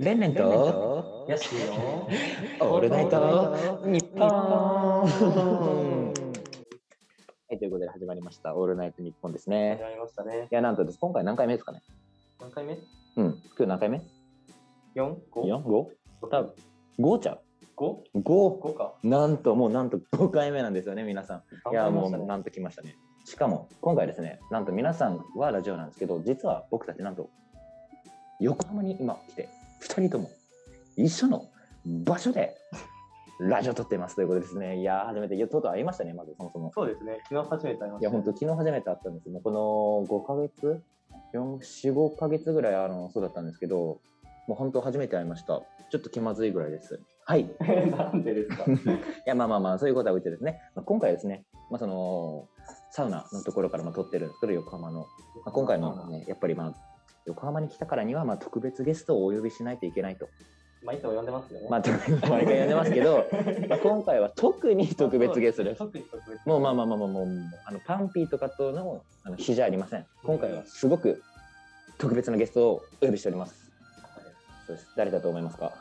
レンレンとよし よ。オールナイト日本はい、ということで始まりました。オールナイト日本です始ね。まりましたね。いや、なんとです。今回何回目ですかね何回目うん。今日何回目 ?4、5、 ?4?5? 多分。5ちゃ 5?5 う。5! か。なんと、もうなんと5回目なんですよね、皆さん。頑い張やりまもしうたねなんと来ましたね。しかも今回ですね、なんと皆さんはラジオなんですけど、実は僕たちなんと横浜に今来て、2人とも一緒の場所でラジオ撮ってますということですね。いやー、初めて、いやとうとう会いましたね、まずそもそも。そうですね。昨日初めて会いまいしや、た本ね。当昨日初めて会ったんですもうこの5ヶ月、4、4、5ヶ月ぐらい、あの、そうだったんですけど、もう本当初めて会いました。ちょっと気まずいぐらいです。はい。なんでですかいやまあまあまあそういうことは置いてですね、まあ、今回はですね、まあ、そのサウナのところからも撮ってるんですけど横浜の、まあ、今回の、ね、やっぱりまあ横浜に来たからにはまあ特別ゲストをお呼びしないといけないと、まあ、いつも呼んでますよね。まあ、特 別毎回呼んでますけど、まあ、今回は特に特別ゲストです。特に特別。もうまあまあまあまあもうあのパンピーとかとのあの比じゃありません。今回はすごく特別なゲストをお呼びしております。そうです誰だと思いますか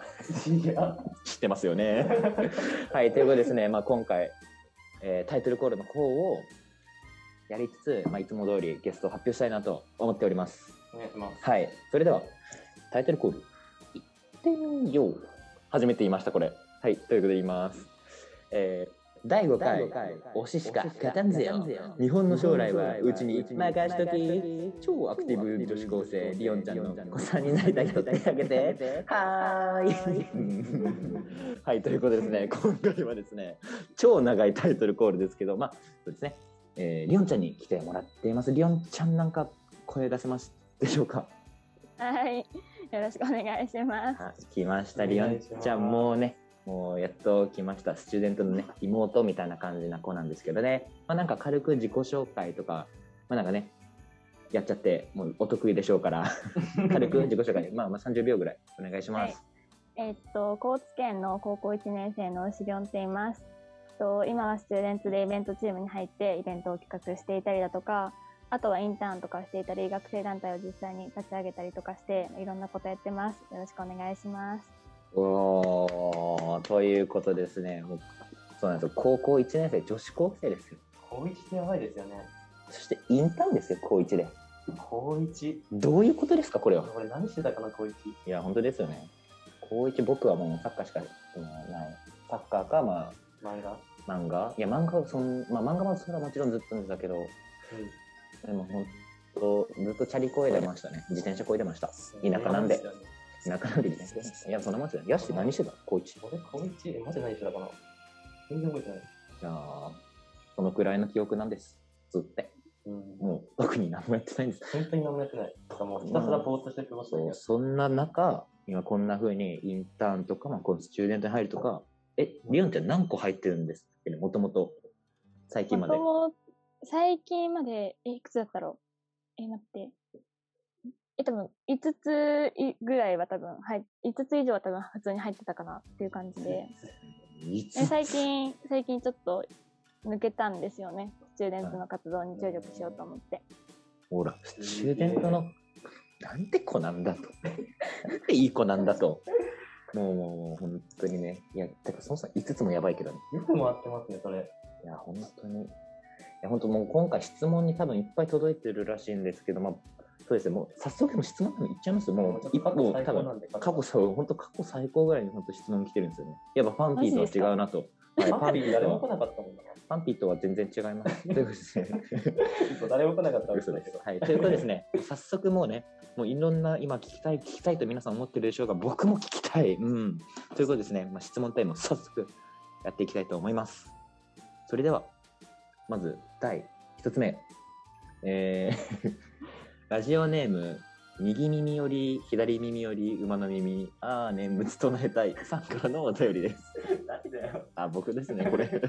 いや、知ってますよね。 はい、ということでですね、まあ、今回、えータイトルコールの方をやりつつ、まあ、いつも通りゲストを発表したいなと思っております。お願いします。はい、それではタイトルコールいってみよう。初めて言いました、これ。はい、ということで言います。えー第5回、推ししか勝たんぜよ。日本の将来はうちに任しとき。超アクティブ女子高生、リオンちゃんの子さんになりたい人手挙げて。は ーい。はい、ということでですね、今回はですね、超長いタイトルコールですけど、まあ、そうですね、えー、りおんちゃんに来てもらっています。りおんちゃんなんか声出せますでしょうか。はい、よろしくお願いします。はい、来ました、おりお願んいしますちゃん、もうね、もうやっと来ました、スチューデントのね、妹みたいな感じな子なんですけどね、まあ、なんか軽く自己紹介とか、まあ、なんかね、やっちゃって、もうお得意でしょう から、軽く自己紹介、まあ、まあ30秒ぐらいお願いします。えっと、高知県の高校1年生の牛りょんって言います。えっと、今はスチューデンツでイベントチームに入ってイベントを企画していたりだとか、あとはインターンとかしていたり、学生団体を実際に立ち上げたりとかして、いろんなことやってます。よろしくお願いします。おーということですね。もうそうなんですよ。高校1年生、女子高生ですよ。高一ってやばいですよね。そしてインターンですよ、高1で。高一。どういうことですか、これは。俺何してたかな、高一。いや、本当ですよね。高1、僕はもうサッカーしかうんない。サッカーか、ま漫画。あ、漫画。いや、漫画はそん、まあ、漫画もそれはもちろんずっとんだけど、うんでも本当、ずっとチャリこいでましたね。自転車こいでました。田舎なんで。田舎なんで自転車こいでました。いや、そんなもんですよ。ヤッシー何してた高1。い俺、高一、え、マジで何してたかな全然覚えてない。やーそのくらいの記憶なんです。ずっと。うん。もう特に何もやってないんです。本当に何もやってない。なんかもうひたすらぼーっとして過ごしただけそうそんな中、今こんな風にインターンとか、まあ、このスチューデントに入るとか、え、リオンちゃん何個入ってるんですってね、もともと、最近まで。もとも最近まで、え、いくつだったろうえ、待って。え、多分、5ついぐらいは多分、はい、5つ以上は多分普通に入ってたかなっていう感じで。いつえ最近、最近ちょっと抜けたんですよね。スチューデントの活動に注力しようと思って。ほら、スチューデントの、なんて子なんだと。なんていい子なんだと。もう、もう、もう本当にね。いや、てか、そもそも5つもやばいけどね。よく回ってますね、それ。いや、本当に。いや、本当もう今回質問に多分いっぱい届いてるらしいんですけど、まあ、そうですね、もう早速でも質問でもいっちゃいますもう、一歩多分。んで過過去最本当過去最高ぐらいに本当質問来てるんですよね。やっぱファンピーとは違うなと。はいパンピー誰もと来はなかったもんな。ファンピーとは全然違います。ということですね。嘘誰も来なかったわけ嘘だでけすど。。はい。ということでですね、 早速もうね、もういろんな今聞きたい聞きたいと皆さん思ってるでしょうが、僕も聞きたい。うん。ということでですね、まあ、質問タイムを 早速やっていきたいと思います。それでは、まず第一つ目。えー ラジオネーム、右耳より左耳より馬の耳、あー念仏唱えたいさんからのお便りです。何だよ。あ、僕ですね、これ。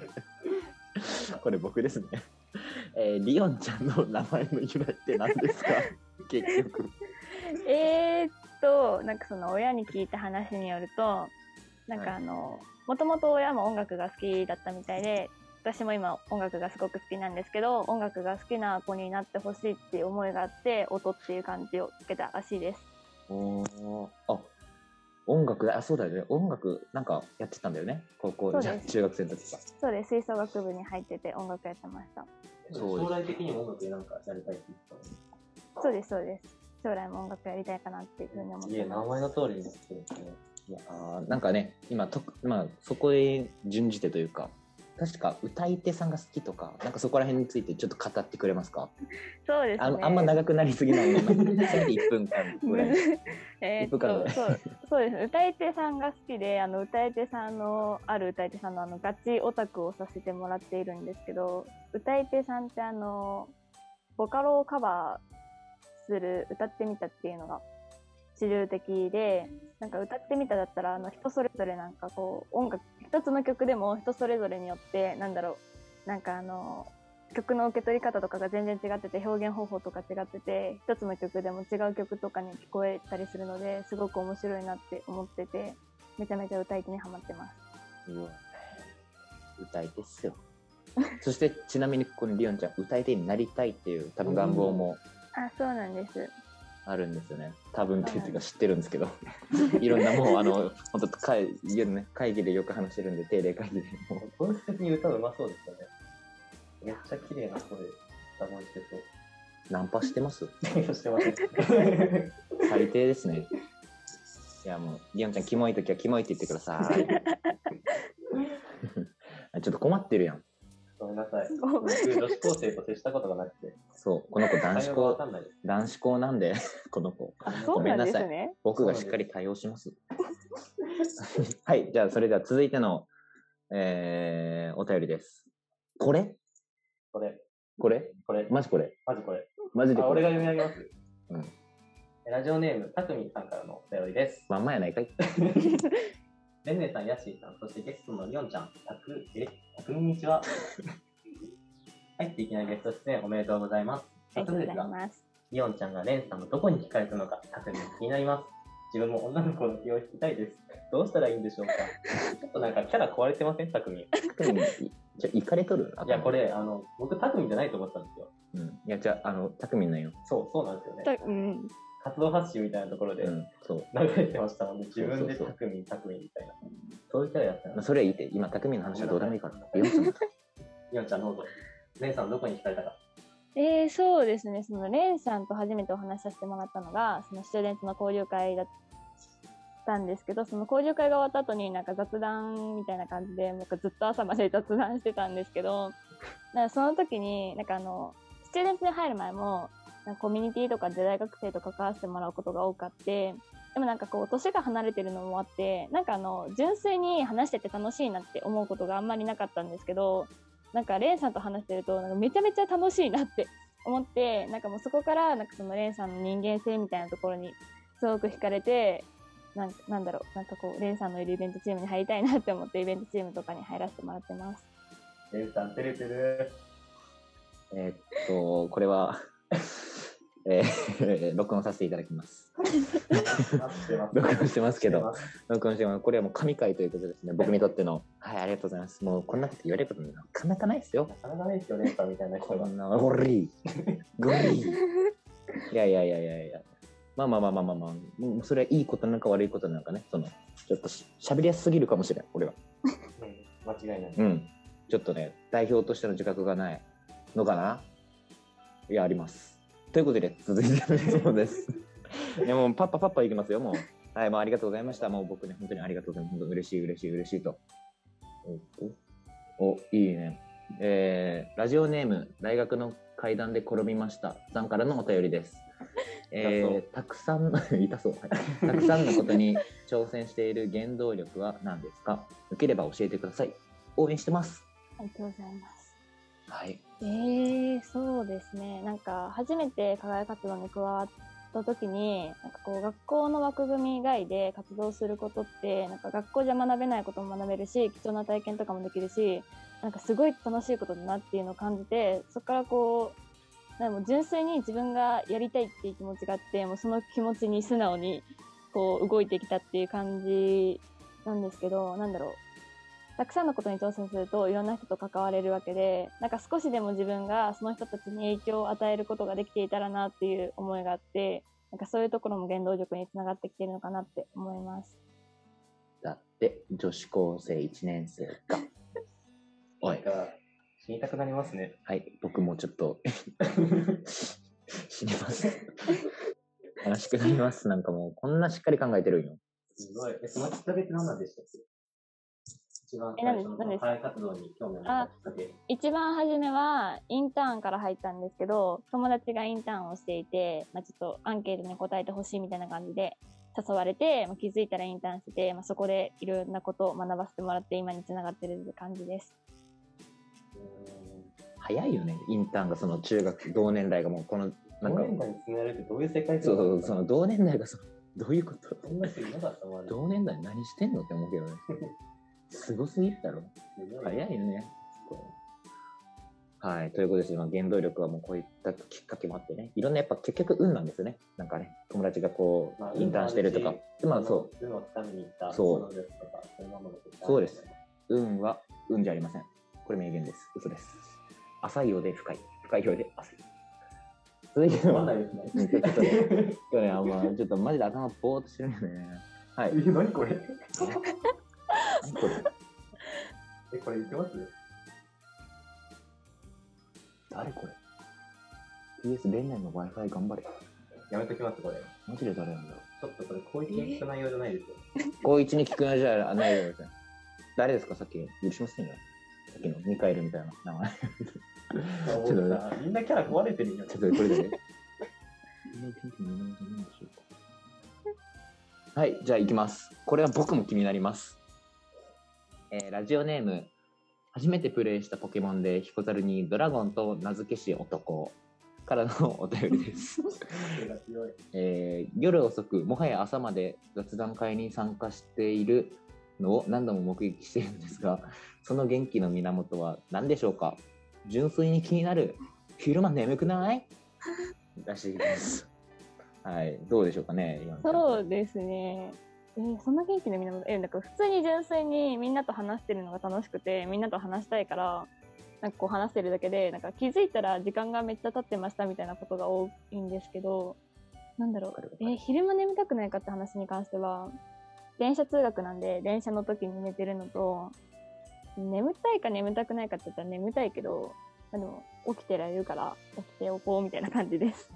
これ僕ですね。 えー、リオンちゃんの名前の由来って何です か結局。えー、っと、なんかその親に聞いた話によると、なんはいかあの、もともと親も音楽が好きだったみたいで、私も今音楽がすごく好きなんですけど音楽が好きな子になってほしいっていう思いがあって音っていう感じをつけたらしいですおーあ音楽だあそうだよね音楽なんかやってたんだよね高そ校うじゃです中学生の時かそうです吹奏楽部に入ってて音楽やってましたそうです将来的にも音楽でなんかやりたいって言ってたんですそうですそうです将来も音楽やりたいかなっていうふうに思っいてや、ま名前の通りにですね。いやーなんかね今とまあそこへ準じてというか確か歌い手さんが好きとかなんかそこら辺についてちょっと語ってくれますかすそうですあねあんま長くなりすぎないようなせめて1分間ぐらむいず えーっ一分間ぐとらいそうそうです歌い手さんが好きであの歌い手さんのある歌い手さんのあのガチオタクをさせてもらっているんですけど歌い手さんってあのボカロをカバーする歌ってみたっていうのが主流的でなんか歌ってみただったらあの人それぞれなんかこう音楽一つの曲でも人それぞれによってなんだろうなんかあの曲の受け取り方とかが全然違ってて表現方法とか違ってて一つの曲でも違う曲とかに聞こえたりするのですごく面白いなって思っててめちゃめちゃ歌い手にハマってますうわ歌い手っすよそしてちなみにこのりおんちゃん歌い手になりたいっていう多分願望もあそうなん ですあるんですよね多分っていうか知ってるんですけどいろんなもうあの本当会議、ね、会議でよく話してるんで定例会議でもう本質的に歌うまそうですよね。めっちゃ綺麗な声、歌声してそう。ナンパしてますして ません。最低ですねいやもうりおんちゃんキモい時はキモいって言ってくださいちょっと困ってるやんごめんなさい。ご僕、女子高生と接したことがなくて、そうこの子男会子話がわ校かんないです。男子校なんでこの子あそうなんですごね僕がしっかり対応します。 はい、じゃあそれでは続いての、えー、お便りです。これこれ、これこれ、マジこれまずこれ。マジであ、こ俺れが読み上げます。うんラジオネーム、たくみんさんからのお便りです。まんまやないかいレンネさん、ヤッシーさん、そしてゲストのりおんちゃん、たく、え、たくみんに ちは。入っていきなりゲスト出演おめでとうございます。ありがとうご早ざ速いですがますリオンちゃんがレンさんのどこに惹かれたのか、確認気になります。自分も女の子の気を引きたいです。どうしたらいいんでしょうか。ちょっとなんかキャラ壊れてません、たくみん。い特にじゃあ、いかれとるや、こ、れ、あの、僕、たくみんじゃないと思ってたんですよ。頭うん、いや、じゃあ、あの、たくみんなんよ。そう、そうなんですよね。たうん活動発信みたいなところでうん、そう。流れてましたので、自分でそうそうそうたくみん、たくみんみたいな。そういうキャラやったまあ、ら、それはいいって、今、たくみんの話はどうでもいいから。りおんちゃんもリオンちゃんどうぞ。レンさんどこに惹かれたか。えー、そうですね、そのレンさんと初めてお話しさせてもらったのが、そのスチューデントの交流会だったんですけど、その交流会が終わった後に、なんか雑談みたいな感じで、なんかずっと朝まで雑談してたんですけど、なんかその時に、なんかあの、スチューデントに入る前も、なんかコミュニティとかで大学生と関わってもらうことが多かって、でもなんかこう、年が離れてるのもあって、なんかあの、純粋に話してて楽しいなって思うことがあんまりなかったんですけど、なんかレンさんと話してるとなんかめちゃめちゃ楽しいなって思ってなんかもうそこからなんかそのレンさんの人間性みたいなところにすごく惹かれてなんかなんだろうなんかこうレンさんのいるイベントチームに入りたいなって思ってイベントチームとかに入らせてもらってます。レンさん、照れてる。えーっと、これは、 えー、録音させていただきます。待ってます。録音してますけどしてます。録音してますこれはもう神回ということですね。僕にとっての。はい、ありがとうございます。もうこんなこと言われることなかなかないですよ。なかなかないですよ、レンさんみたいなこ人が。んな、ゴリーゴリーいやいやいやいやいや。まあまあまあまあまあまあ、もうそれはいいことなのか悪いことなのかね。その、ちょっとし喋りやすすぎるかもしれん、俺は。うん間違いない。うん。ちょっとね、代表としての自覚がないのかないや、あります。ということで、続いての質問 です。いや、もうパッパパッパいきますよ、もう。はい、もうありがとうございました。もう僕ね、本当にありがとうございます。本当嬉しい、嬉しい、嬉しいと。えっとお、いいね。えー、ラジオネーム、大学の階段で転びました。さんからのお便り です。え痛そうー、たくさんの、 痛そう、はいたくさんのことに挑戦している原動力は何ですか受ければ教えてください。応援してます。ありがとうございます。はい。えー、そうですね。なんか、初めて課外活動に加わった時に、なんかこう、学校の枠組み以外で活動することって、なんか学校じゃ学べないことも学べるし、貴重な体験とかもできるし、なんかすごい楽しいことだなっていうのを感じて、そこからこう、なんかもう純粋に自分がやりたいっていう気持ちがあって、もうその気持ちに素直に、こう、動いてきたっていう感じなんですけど、なんだろう。たくさんのことに挑戦するといろんな人と関われるわけでなんか少しでも自分がその人たちに影響を与えることができていたらなっていう思いがあってなんかそういうところも原動力につながってきてるのかなって思います。だって女子高生1年生 がおいなんか死にたくなりますね。はい僕もちょっ と死にます悲しくなりますなんかもうこんなしっかり考えてるんよすごい。え、そのきっかけって何なんでしたっけ一番え最初の何何です課外活動に興味を持ったきっかけ。一番初めはインターンから入ったんですけど友達がインターンをしていて、まあ、ちょっとアンケートに答えてほしいみたいな感じで誘われて、まあ、気づいたらインターンしてて、まあ、そこでいろんなことを学ばせてもらって今につながってるって感じです。早いよねインターンがその中学同年代がもうこのうー。なんん同か年代につながるってどういう世界そう観そうそうその同年代がそのどういうことそんな人いなかったもんね。同年代何してんのって思うけどねすごすぎるだろすごい早いよね。はい。ということです。まあ、原動力はもうこういったきっかけもあってね。いろんなやっぱ結局運なんですよね。なんかね、友達がこまあう、インターンしてると運かも。。でまあそう運を掴みに行ったそう能力とか、そういうものが結構あるそうですう。運は運じゃありません。これ名言です。嘘です。浅いようで深い。深いようで浅い。続いてわかんはない、ですね。うんちょっとね、今日ね、あんまちょっとマジで頭ぼーっとしてるんだよね。はい。え、何これ何これえ、これいけます誰これ ?PS 連年の Wi-Fi 頑張れ。やめときます、これ。ちマジで誰なんだろうょっとこれ、こういう内容じゃないですよ。高一に聞くのじゃないですね。誰ですかさっき許しませんよ。さっきのミカエルみたいな名前。ちょっとさみんなキャラ壊れてるよ。ちょっとこれでね。はい、じゃあ行きます。これは僕も気になります。えーラジオネーム、初めてプレイしたポケモンで彦猿にドラゴンと名付けし男からのお便りです。が強い。えー夜遅くもはや朝まで雑談会に参加しているのを何度も目撃しているんですが その元気の源は何でしょうか純粋に気になる昼間眠くないらしいですはいどうでしょうかね今のそうですね。えーそんな元気の源、えーなんか普通に純粋にみんなと話してるのが楽しくて、みんなと話したいから、なんかこう話してるだけで、なんか気づいたら時間がめっちゃ経ってましたみたいなことが多いんですけど、なんだろわかるわう、かるえー昼間眠たくないかって話に関しては、電車通学なんで、電車の時に寝てるのと、眠たいか眠たくないかって言ったら眠たいけど、まあでも起きてられるから起きておこうみたいな感じです。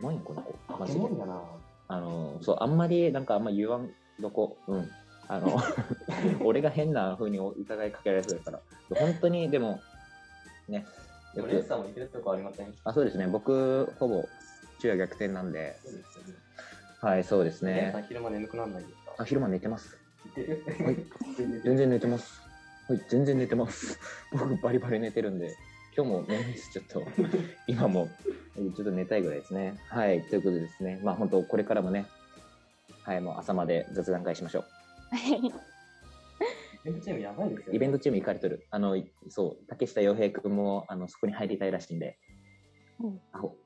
何この子マポケジでモンだな。あのそうあんまりなんかあんま言わんどこうんあの 俺が変な風に疑いかけられそうだから本当にでもねでも、レッサーもいけるとこありません。あそうですね僕ほぼ昼夜逆転なんではいそうですレッサねー昼間眠くならないんですかあ昼間寝てますいけるはい全然寝てますはい全然寝てます 僕バリバリ寝てるんで今日も眠いですちょっと今もちょっと寝たいぐらいですねはいということでですねまあ本当これからもねはいもう朝まで雑談会しましょイベントチームやばいですよ、うイベントチーム行かれてるあのいそう竹下洋平君もあのそこに入りたいらしいんで、うんあほ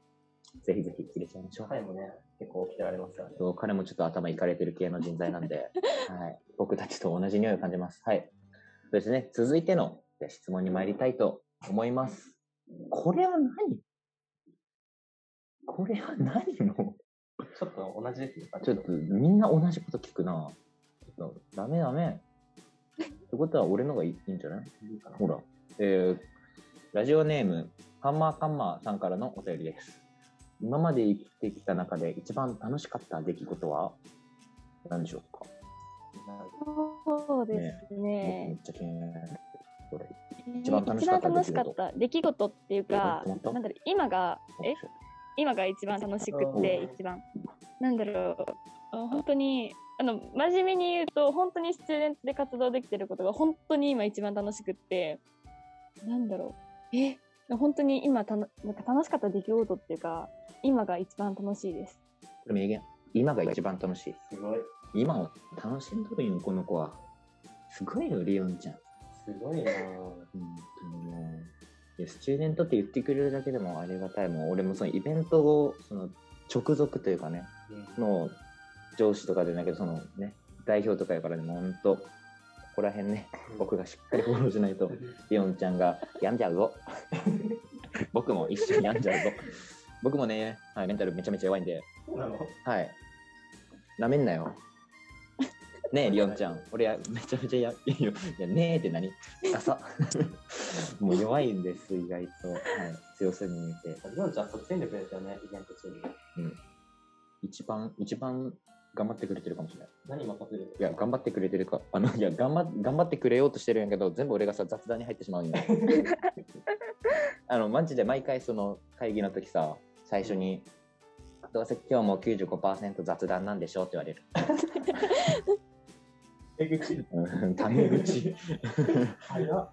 ぜひぜひ入れちゃいましょう、彼もね、結構起きてられますからね。そう彼もちょっと頭いかれてる系の人材なんで、はい、僕たちと同じ匂いを感じます。はい。そうですね。続いてのじゃあ質問に参りたいと思います。これは何これは何のちょっと同じですね。ちょっとみんな同じこと聞くな。ちょっとダメダメ。ってことは俺のがいいいいんじゃないいいかなほら。えー、ラジオネーム、ハンマーカンマーさんからのお便りです。今まで生きてきた中で一番楽しかった出来事は何でしょうか そうですめねっ。ちゃ気になる。これ。一一番番楽楽ししかかっったた出来事っていうかえ本当なんだろう今がえ今が一番楽しくってうん一番なんだろうあ本当にあの真面目に言うと本当にスチューデントで活動できてることが本当に今一番楽しくってなんだろうえ本当に今たのなんか楽しかった出来事っていうか今が一番楽しいです。これ名言。今が一番楽しい。すごい。今を楽しんどるよ、この子は。すごいよ、リオンちゃん。すごいなぁ。本当にもう。いや、スチューデントって言ってくれるだけでもありがたい。もう俺もそのイベントを、その、直属というかね、の上司とかじゃないけど、そのね、代表とかやからね、もうほんと、ここら辺ね、僕がしっかりフォローしない と、リオンちゃんが病んじゃうぞ。 僕も一緒に病んじゃうぞ。僕もね、はい、メンタルめちゃめちゃ弱いんで、そうなのはい。なめんなよ。ねえ、リオンちゃん。俺はめちゃめちゃや、いいよ。いや、ねえって何ダサ。 もう弱いんです、意外と。はい。強そうに見えて。りょんちゃん、即戦力ですよね、イベント中に。一番、一番頑張ってくれてるかもしれない。何任せるいや、頑張ってくれてるか。あの、いや、頑張頑張ってくれようとしてるんやけど、全部俺がさ、雑談に入ってしま うんよ。あの、マジで毎回その会議の時さ、最初に、どうせ今日も95%雑談なんでしょうって言われる。えぐち。うんタメ口。 早っ。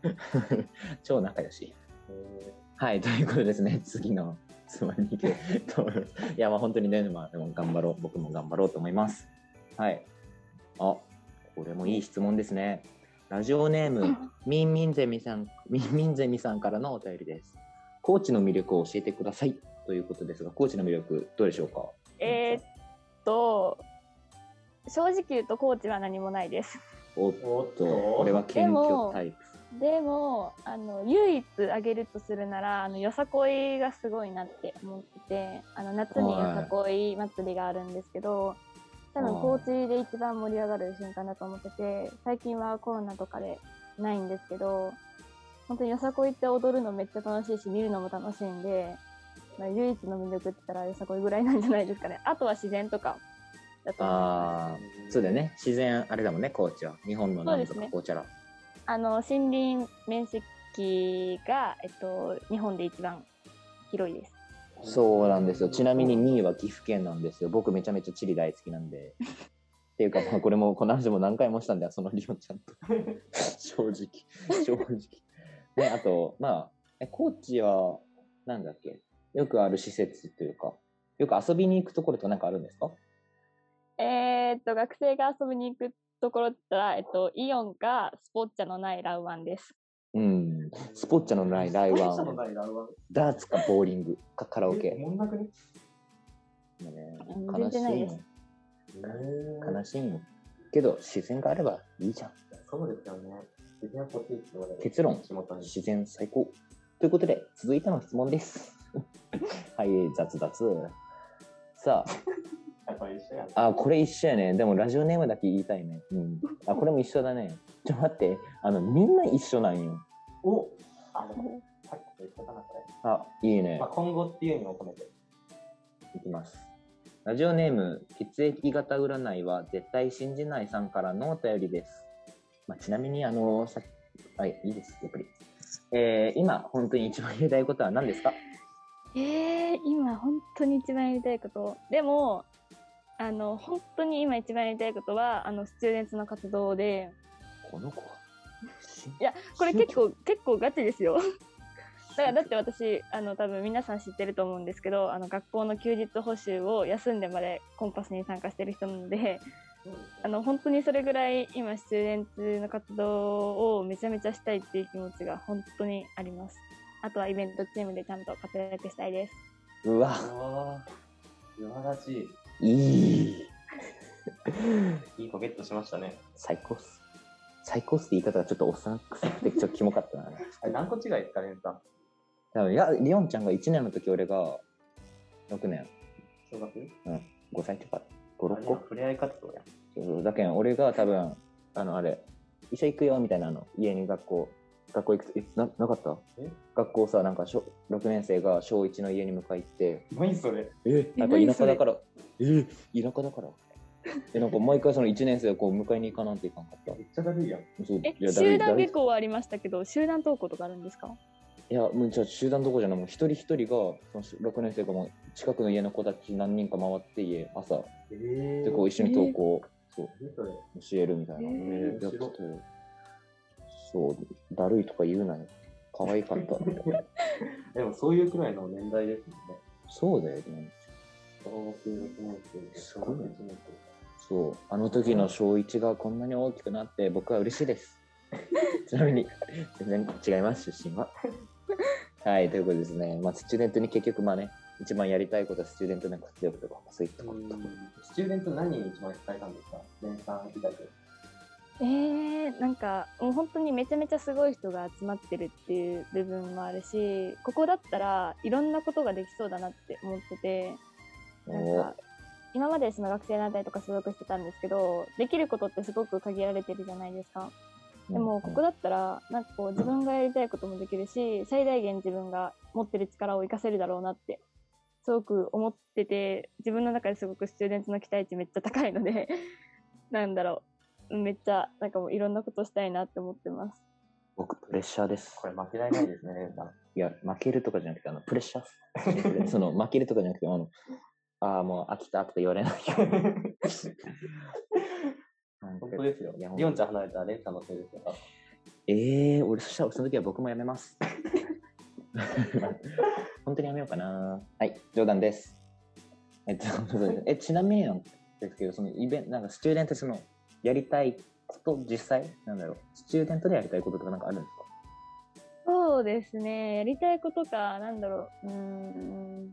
超仲良し。えはい、ということですね、 次の質問に行けと思います。 いや、まあ本当にね、まあでも頑張ろう、僕も頑張ろうと思います。はい。あ、これもいい質問ですね。ラジオネーム、みんみんゼミさん、みんみんゼミさんからのお便りです。コーチの魅力を教えてくださいということですが、コーチの魅力、どうでしょうかえーっと正直言うとコーチは何もないです。おっー、おっと、と、これは謙虚タイプ。でもあの唯一あげるとするならあのよさこいがすごいなって思っててあの夏によさこい祭りがあるんですけど多分高知で一番盛り上がる瞬間だと思ってて最近はコロナとかでないんですけど本当によさこいって踊るのめっちゃ楽しいし見るのも楽しいんで、まあ、唯一の魅力って言ったらよさこいぐらいなんじゃないですかねあとは自然とかだと思います。ああ、そうだよね。自然、あれだもんね、コーチは。日本のなんとそうですかね紅茶ら。あの森林面積が、えっと、日本で一番広いです。そうなんですよ。ちなみに2位は岐阜県なんですよ。僕めちゃめちゃチリ大好きなんで。 っていうか、まあ、これもこの話も何回もしたんだよ、そのリオンちゃん と。正直。正直。ね、あと、まあ、え高知は、なんだっけ、よくある施設というか、よく遊びに行くところとかなんかあるんですかえーっと、学生が遊びに行くところって言ったら、えっと、イオンかスポッチャのないラウワンです。うん。スポッチャのないライスポッワチャのン、ないライワンダーツかボーリングかカラオえケ。もんなくね。もうねうん悲全しい然ないでのす。悲しいのけど、自然があればいいじゃん。そうですよね。自然はこっち行ってもらえる結論地元に。自然最高。ということで、続いての質問です。 はい、雑雑。さやっぱ一緒やね。あ、あ、これ一緒やね。でもラジオネームだけ言いたいね。うん。あ、これも一緒だね。ちょっと待って、あの、みんな一緒なんよ。おあ、でもさっきと一緒かな、これ。あ、いいねまあ、。今後っていう意味を込めて。いきます。ラジオネーム、血液型占いは絶対信じないさんからのお便りです。まあ、ちなみに、あの、さはい、いいです、やっぱり。えー、今、本当に一番言いたいことは何ですかえー、今本当に一番やりたいこと。でも、あの、本当に今一番やりたいことは、あの、スチューデンツの活動で、この子は。いや、これ結構、結構ガチです よ。だからだって私あの多分皆さん知ってると思うんですけどあの学校の休日補習を休んでまでコンパスに参加してる人なのであの本当にそれぐらい今スチューデンツの活動をめちゃめちゃしたいっていう気持ちが本当にありますあとはイベントチームでちゃんと活躍したいですうわ、あ素晴らしいい。い。いい子ゲットしましたね。最高っす。最高っすって言い方がちょっとおっさんくさくて、ちょっとキモかったな。あれ何個違いですか、レンさん。多分いや、リオンちゃんが1年の時、俺が6年、小学5歳とか、5、6個触れ合い活動や。そうそうだけん俺が多分あのあれ一緒行くよみたいなの家に学校学校行くとえななかったえ学校さなんか小6年生が小1の家に迎え行って何それえやっぱ田舎だからえ田舎だからえなんか毎回その1年生をこう迎えに行かなんていかんかっためっちゃだるいやん。そうえいやだる集いだ団るい下校はありましたけど集団登校とかあるんですかいやもうじゃあ集団どころじゃないもう一人一人がその6年生がもう近くの家の子たち何人か回って家朝えーでこう一緒に登校、そう何それ教えるみたいな。へーやっててそう、だるいとか言うなよ。可愛かった。でもそういうくらいの年代ですもんね。そうだよね。小学6年生、小学1年そう、あの時の小一がこんなに大きくなって、僕は嬉しいです。ちなみに、全然違います、出身は。はい、ということですね。まあ、スチューデントに結局、まあね、一番やりたいことはスチューデントの活力とか、そういったこと。生。スチューデント何に一番伝えたんですか年間以外で。えー、なんかもう本当にめちゃめちゃすごい人が集まってるっていう部分もあるしここだったらいろんなことができそうだなって思っててなんおーか今までその学生団体とか所属してたんですけどできることってすごく限られてるじゃないですかでもここだったらなんかこう自分がやりたいこともできるし最大限自分が持ってる力を活かせるだろうなってすごく思ってて自分の中ですごくスチューデンツの期待値めっちゃ高いので なんだろうめっちゃなんかもういろんなことしたいなって思ってます。僕プレッシャーですこれ負けられないですね、レンさん。いや負けるとかじゃなくてあのプレッシャーっす えその負けるとかじゃなくてあのああもう飽きたとか言われないように なんか本当ですよいや。リオンちゃん離れたらレンさんのせいですよ。ええ俺そしたらその時は僕もやめます。 本当にやめようかな。はい、冗談です。えっと、そうですえちなみになんですけど、そのイベント、なんかスチューデントその、やりたいこと、実際、なんだろう、スチューデントでやりたいこととかなんかあるんですかそうですねやりたいことかなんだろううーん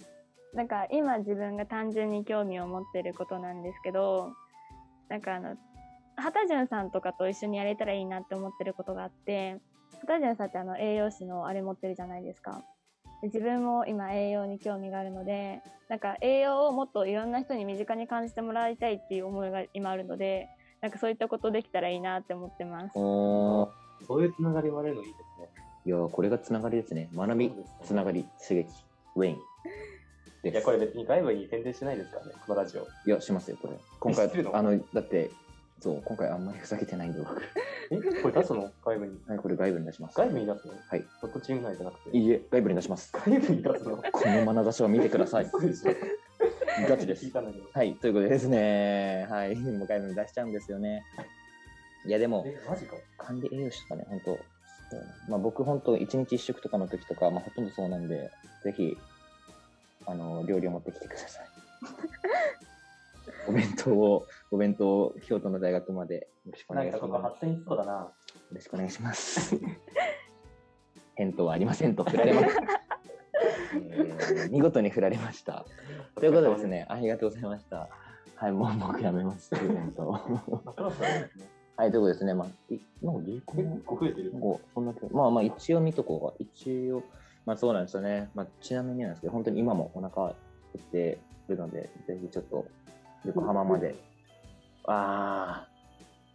なんか今自分が単純に興味を持ってることなんですけどなんかあの畑潤さんとかと一緒にやれたらいいなって思ってることがあって畑潤さんってあの栄養士のあれ持ってるじゃないですか。で自分も今栄養に興味があるのでなんか栄養をもっといろんな人に身近に感じてもらいたいっていう思いが今あるのでなんかそういったことできたらいいなって思ってます。おーそういうつながりもあるのいいですね。いやー、これがつながりですね。学び、つながり、刺激、ウェイン。いでや、すこれ別に外部に宣伝してないですからね、このラジオ。いや、しますよ、これ。今え知ってる回、のあの、だって、そう、今回あんまりふざけてないんで、僕。え、これ出すの外部に。はい、これ外部に出します。外部に出すのはい。そっとチーム内じゃなくて。いいえ、外部に出します。外部に出すのこの眼差しは見てください。嘘でしょガチです聞い。たんだけど。はい、ということでですね。はい、もう外部に出しちゃうんですよね。いや、でも、え、マジか。管理栄養士とかね、本当まあ僕本当一日一食とかの時とか、まあほとんどそうなんで、ぜひ、あの、料理を持ってきてください。お弁当を、お弁当を京都の大学までよろしくおな願んいしかます。ここよ発展しそうだな。ろしくお願いします。返答はありませんと振られました。 えー見事に振られました。ということでですね、ありがとうございました。はい、もう僕やめます。イベントまあ。そろそろですね。はい、ということですね、まあ、いなんか流行結構増えてる。こうそんなまあまあ、一応見とこうか。一応、まあそうなんですよね。まあちなみになんですけど、本当に今もお腹減ってるので、ぜひちょっと横浜まで。あ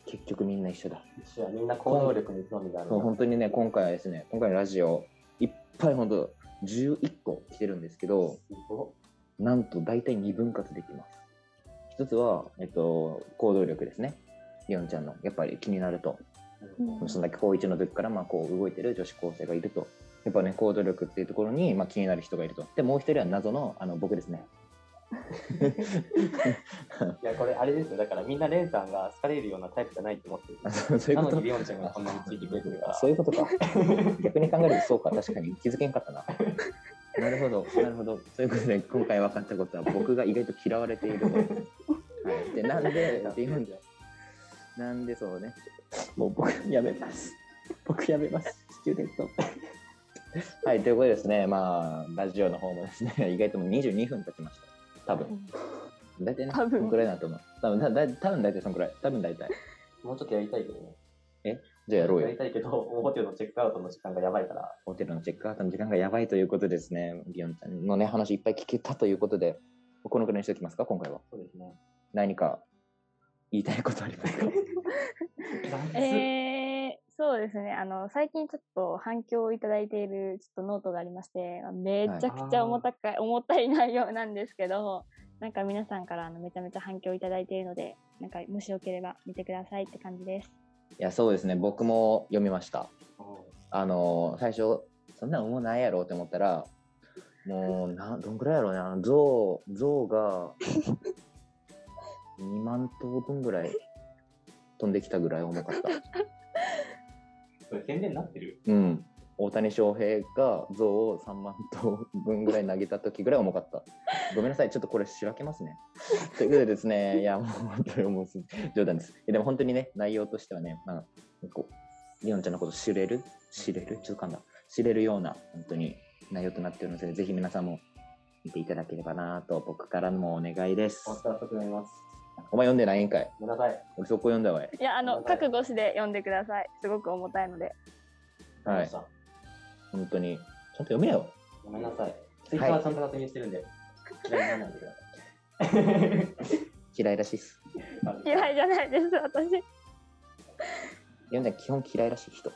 ー、結局みんな一緒だ。一緒やみんな行動力に興味があるな。そう本当にね、今回はですね、今回のラジオ、いっぱい本当、11個来てるんですけど、すごっなんと大体2分割できます。一つは、えっと、行動力ですね。リオンちゃんの、やっぱり気になると。うんそのだけ高1の時から、まあ、こう動いてる女子高生がいると。やっぱね、行動力っていうところに、まあ、気になる人がいると。で、もう一人は謎の、あの、僕ですね。 いや、これあれですよ。だからみんなレンさんが好かれるようなタイプじゃないと思ってる。あそうそういうなこのとにリオンちゃんがこんなについてくれてるから。そういうこと か。逆に考えるとそうか、確かに気づけんかった な。なるほど、なるほど。ということで、今回分かったことは、僕が意外と嫌われている と。はい、で、なんで、って言うんだよ。なんでそうね。もう僕やめます。僕やめます。スチューデント。 はい、ということでですね、まあ、ラジオの方もですね、意外ともう22分経ちました。多分。大体ね、多分そんくらいだと思う。多分、だだ多分大体そんくらい。多分大体。もうちょっとやりたいけどね。じゃあやろうよやり。たいけど、 もうホテルのチェックアウトの時間がやばいから。ホテルのチェックアウトの時間がやばいということですね。リオンちゃんのね、話いっぱい聞けたということで、このくらいにしておきますか、今回は。そうですね。何か言いたいことありますかえー、そうですね。あの、最近ちょっと反響をいただいているちょっとノートがありまして、めちゃくちゃ重たか、重たい内容なんですけど、なんか皆さんからあのめちゃめちゃ反響をいただいているので、なんかもしよければ見てくださいって感じです。いや、そうですね、僕も読みました。うんあのー、最初、そんなのもうないやろうって思ったら、もう、などんくらいやろうね、あの、象、象が2万頭分ぐらい飛んできたぐらい重かった。それ宣伝になってるうん。大谷翔平が象を3万頭分ぐらい投げた時ぐらい重か った。ごめんなさい、ちょっとこれしらけますね。 ということでです ね、いや、もう本当にもうす冗談です。いやでも本当にね、内容としてはね、まあ、こう、リオンちゃんのこと知れる知れるちょっと噛んだ。知れるような、本当に内容となっておりますので、ぜひ皆さんも見ていただければなと、僕からもお願いです。終わったら遅くなります。お前読んでないんかい。ごめんなさい。俺そこ読んだわい。いや、あはの、い覚悟しで読んでください。すごく重たいので。はい。本当に。ちゃんと読めよ。ごめんなさい。ツイッターはちゃんと確認してるん で、嫌いにならないでくださ嫌いらしいっす。い。嫌いじゃないです、私。読んだら基本嫌いらしい人。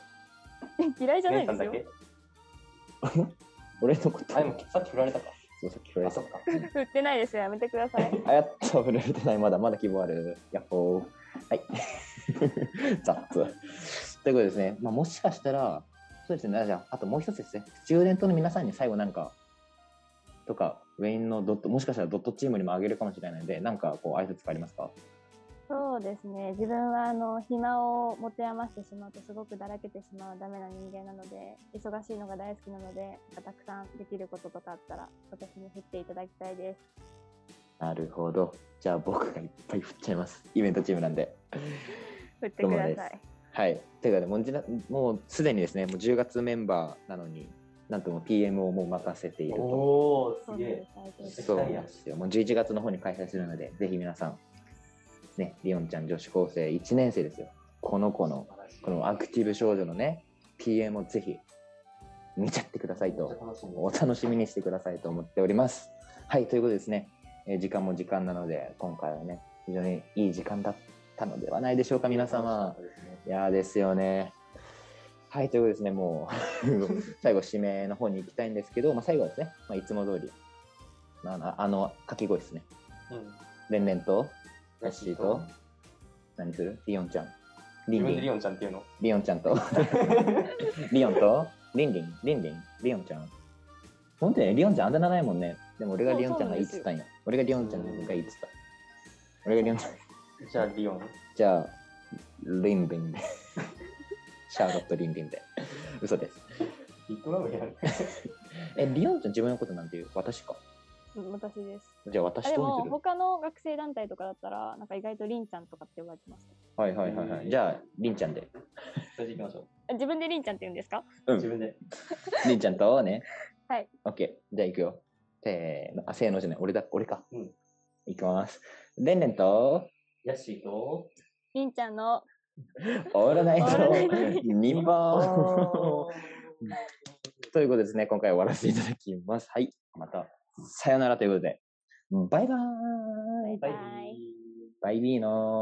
嫌いじゃな姉いさんですだよ。け俺のこと。あ、でもさっき振られたか。そうさっき嫌いあ、らしそいっ。か。売ってないですよ。やめてください。あやっと触れてない、まだまだ希望ある。やっほー。はい。 ざっと。ということですね、まあ、もしかしたら、そうですね、じゃあ、あともう一つですね、スチューデントの皆さんに最後なんか、とか、ウェインのドット、もしかしたらドットチームにもあげるかもしれないので、なんかこう、挨拶がありますかそうですね。自分は、あの、暇を持て余してしまうと、すごくだらけてしまうダメな人間なので、忙しいのが大好きなので、たくさんできることとかあったら、私に振っていただきたいです。なるほど。じゃあ、僕がいっぱい振っちゃいます。イベントチームなんで。振ってくだどうもさでい。はい。というかね、もうじなもうすでにですね、もう10月メンバーなのに、なんともう PM をもう任せていると。おー、そすうげなんえで。す。そうなんですよ。もう11月の方に開催するので、ぜひ皆さん、ね、りおんちゃん女子高生1年生ですよ。この子の、このアクティブ少女のね、PM をぜひ見ちゃってくださいと。お楽しみにしてくださいと思っております。はい、ということでですね、えー時間も時間なので、今回はね、非常にいい時間だったのではないでしょうか、皆様。。いやーですよね。はい、ということでですね、もう 最後、締めの方に行きたいんですけど、まあ、最後はですね、まあ、いつも通り、まああの、あの掛け声ですね。うん。レンレンと、ヤヤッッシシーーとと、何するリオンちゃん。リ自ン分でリリン。オンちゃんっていうの。リオンちゃんと、 リオンと、リンリン、リンリン、リオンちゃん。本当にリオンちゃんあだ名ないもんね。でも俺がリオンちゃんがいいっつったんや。俺がリオンちゃんがいいっつった。俺がリオンちゃん。じゃあ、リオン。じゃあ、リンリ ンで。シャーロット・リンリンで。嘘です。ビットラムやる。え、リオンちゃん自分のことなんていう私か。私です。じゃああ私でとも見てる。他の学生団体とかだったらなんか意外とりんちゃんとかって呼ばれてますはいはいはいはい。じゃあ、リンちゃんで。それでいきましょあ自分でりんちゃんって言うんですかうう。ん自。分で。りんちゃんとね。 はい。オッケー。じゃあ行くよ。せーの。あ、せーのじゃない。俺だ、俺か。うん。行きます。レンレンと、ヤッシーと、りんちゃんのオールナイオトールナイトニッポンということですね、今回終わらせていただきます。はい。また、さよならということで。バイバーイバイバイバイビーのー